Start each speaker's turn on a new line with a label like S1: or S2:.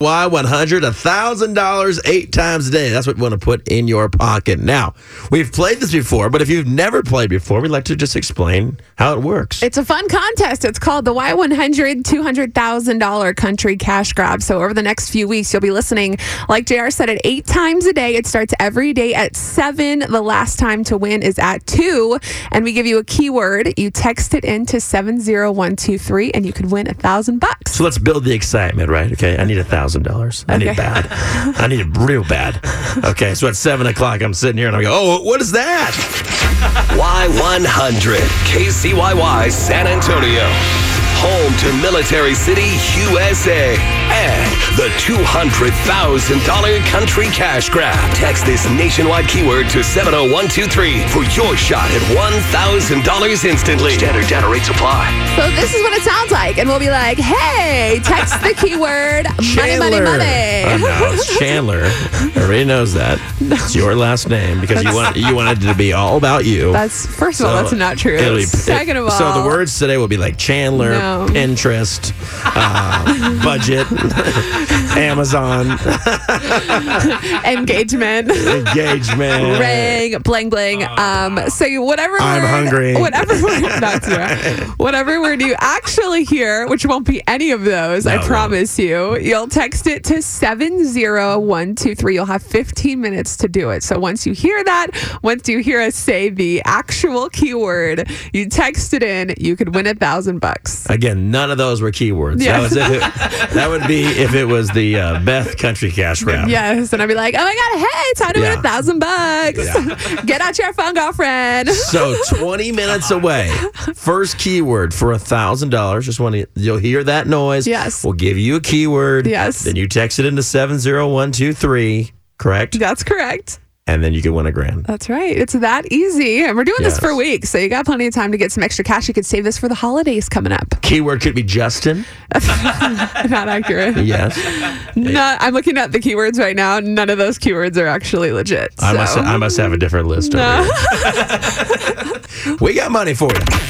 S1: Why 100 $1,000 eight times a day. That's what we want to put in your pocket. Now, we've played this before, but if you've never played before, we'd like to just explain how it works.
S2: It's a fun contest. It's called the Y100 $200,000 Country Cash Grab. So, over the next few weeks, you'll be listening, like JR said, at eight times a day. It starts every day at seven. The last time to win is at two. And we give you a keyword. You text it in to 70123 and you could win a thousand bucks.
S1: So let's build the excitement, right? Okay, I need a thousand dollars. I need it
S2: Okay.
S1: bad. I need it real bad. Okay, so at seven o'clock, I'm sitting here and I go, "Oh, what is that?"
S3: Y100, KCYY San Antonio. Home to Military City, USA. And the $200,000 country cash grab. Text this nationwide keyword to 70123 for your shot at $1,000 instantly. Standard data rates apply.
S2: So, this is what it sounds like. And we'll be like, hey, text the keyword money, money,
S1: Oh,
S2: money.
S1: no, it's Chandler. Everybody knows that. It's your last name because you want you wanted it to be all about you.
S2: That's, first of all,
S1: So
S2: Oh, that's not true.
S1: it'll be-
S2: Second of all,
S1: so the words today will be like Chandler,
S2: No.
S1: Pinterest, uh, budget, Amazon,
S2: engagement.
S1: engagement.
S2: Ring, bling, bling. Um, so you- whatever.
S1: I'm
S2: word,
S1: hungry.
S2: Whatever word, not zero. Whatever word you actually hear, which won't be any of those,
S1: No,
S2: I
S1: no.
S2: promise you. You'll text it to seven zero one two three. You'll have 15 minutes to do it. So once you hear that, once you hear us say the actual keyword, you text it in. You could win a thousand bucks.
S1: Again, none of those were keywords. That
S2: Yeah.
S1: was if it, that would be if it was the uh, Beth Country Cash Round.
S2: Yes, and I'd be like, "Oh my god, hey, it's how to win
S1: Yeah.
S2: a thousand bucks! Get out your phone, girlfriend."
S1: So 20 minutes away. First keyword for a thousand dollars. Just want to you'll hear that noise.
S2: Yes.
S1: We'll give you a keyword.
S2: Yes.
S1: Then you text it into seven zero one two three. Correct.
S2: That's correct.
S1: And then you can win a grand.
S2: That's right. It's that easy. And we're doing
S1: Yes.
S2: this for weeks. So you got plenty of time to get some extra cash. You could save this for the holidays coming up.
S1: Keyword could be Justin.
S2: Not accurate.
S1: Yes.
S2: Not, I'm looking at the keywords right now. None of those keywords are actually legit.
S1: I
S2: so.
S1: must I must have a different list. over
S2: No.
S1: here. we got money for you.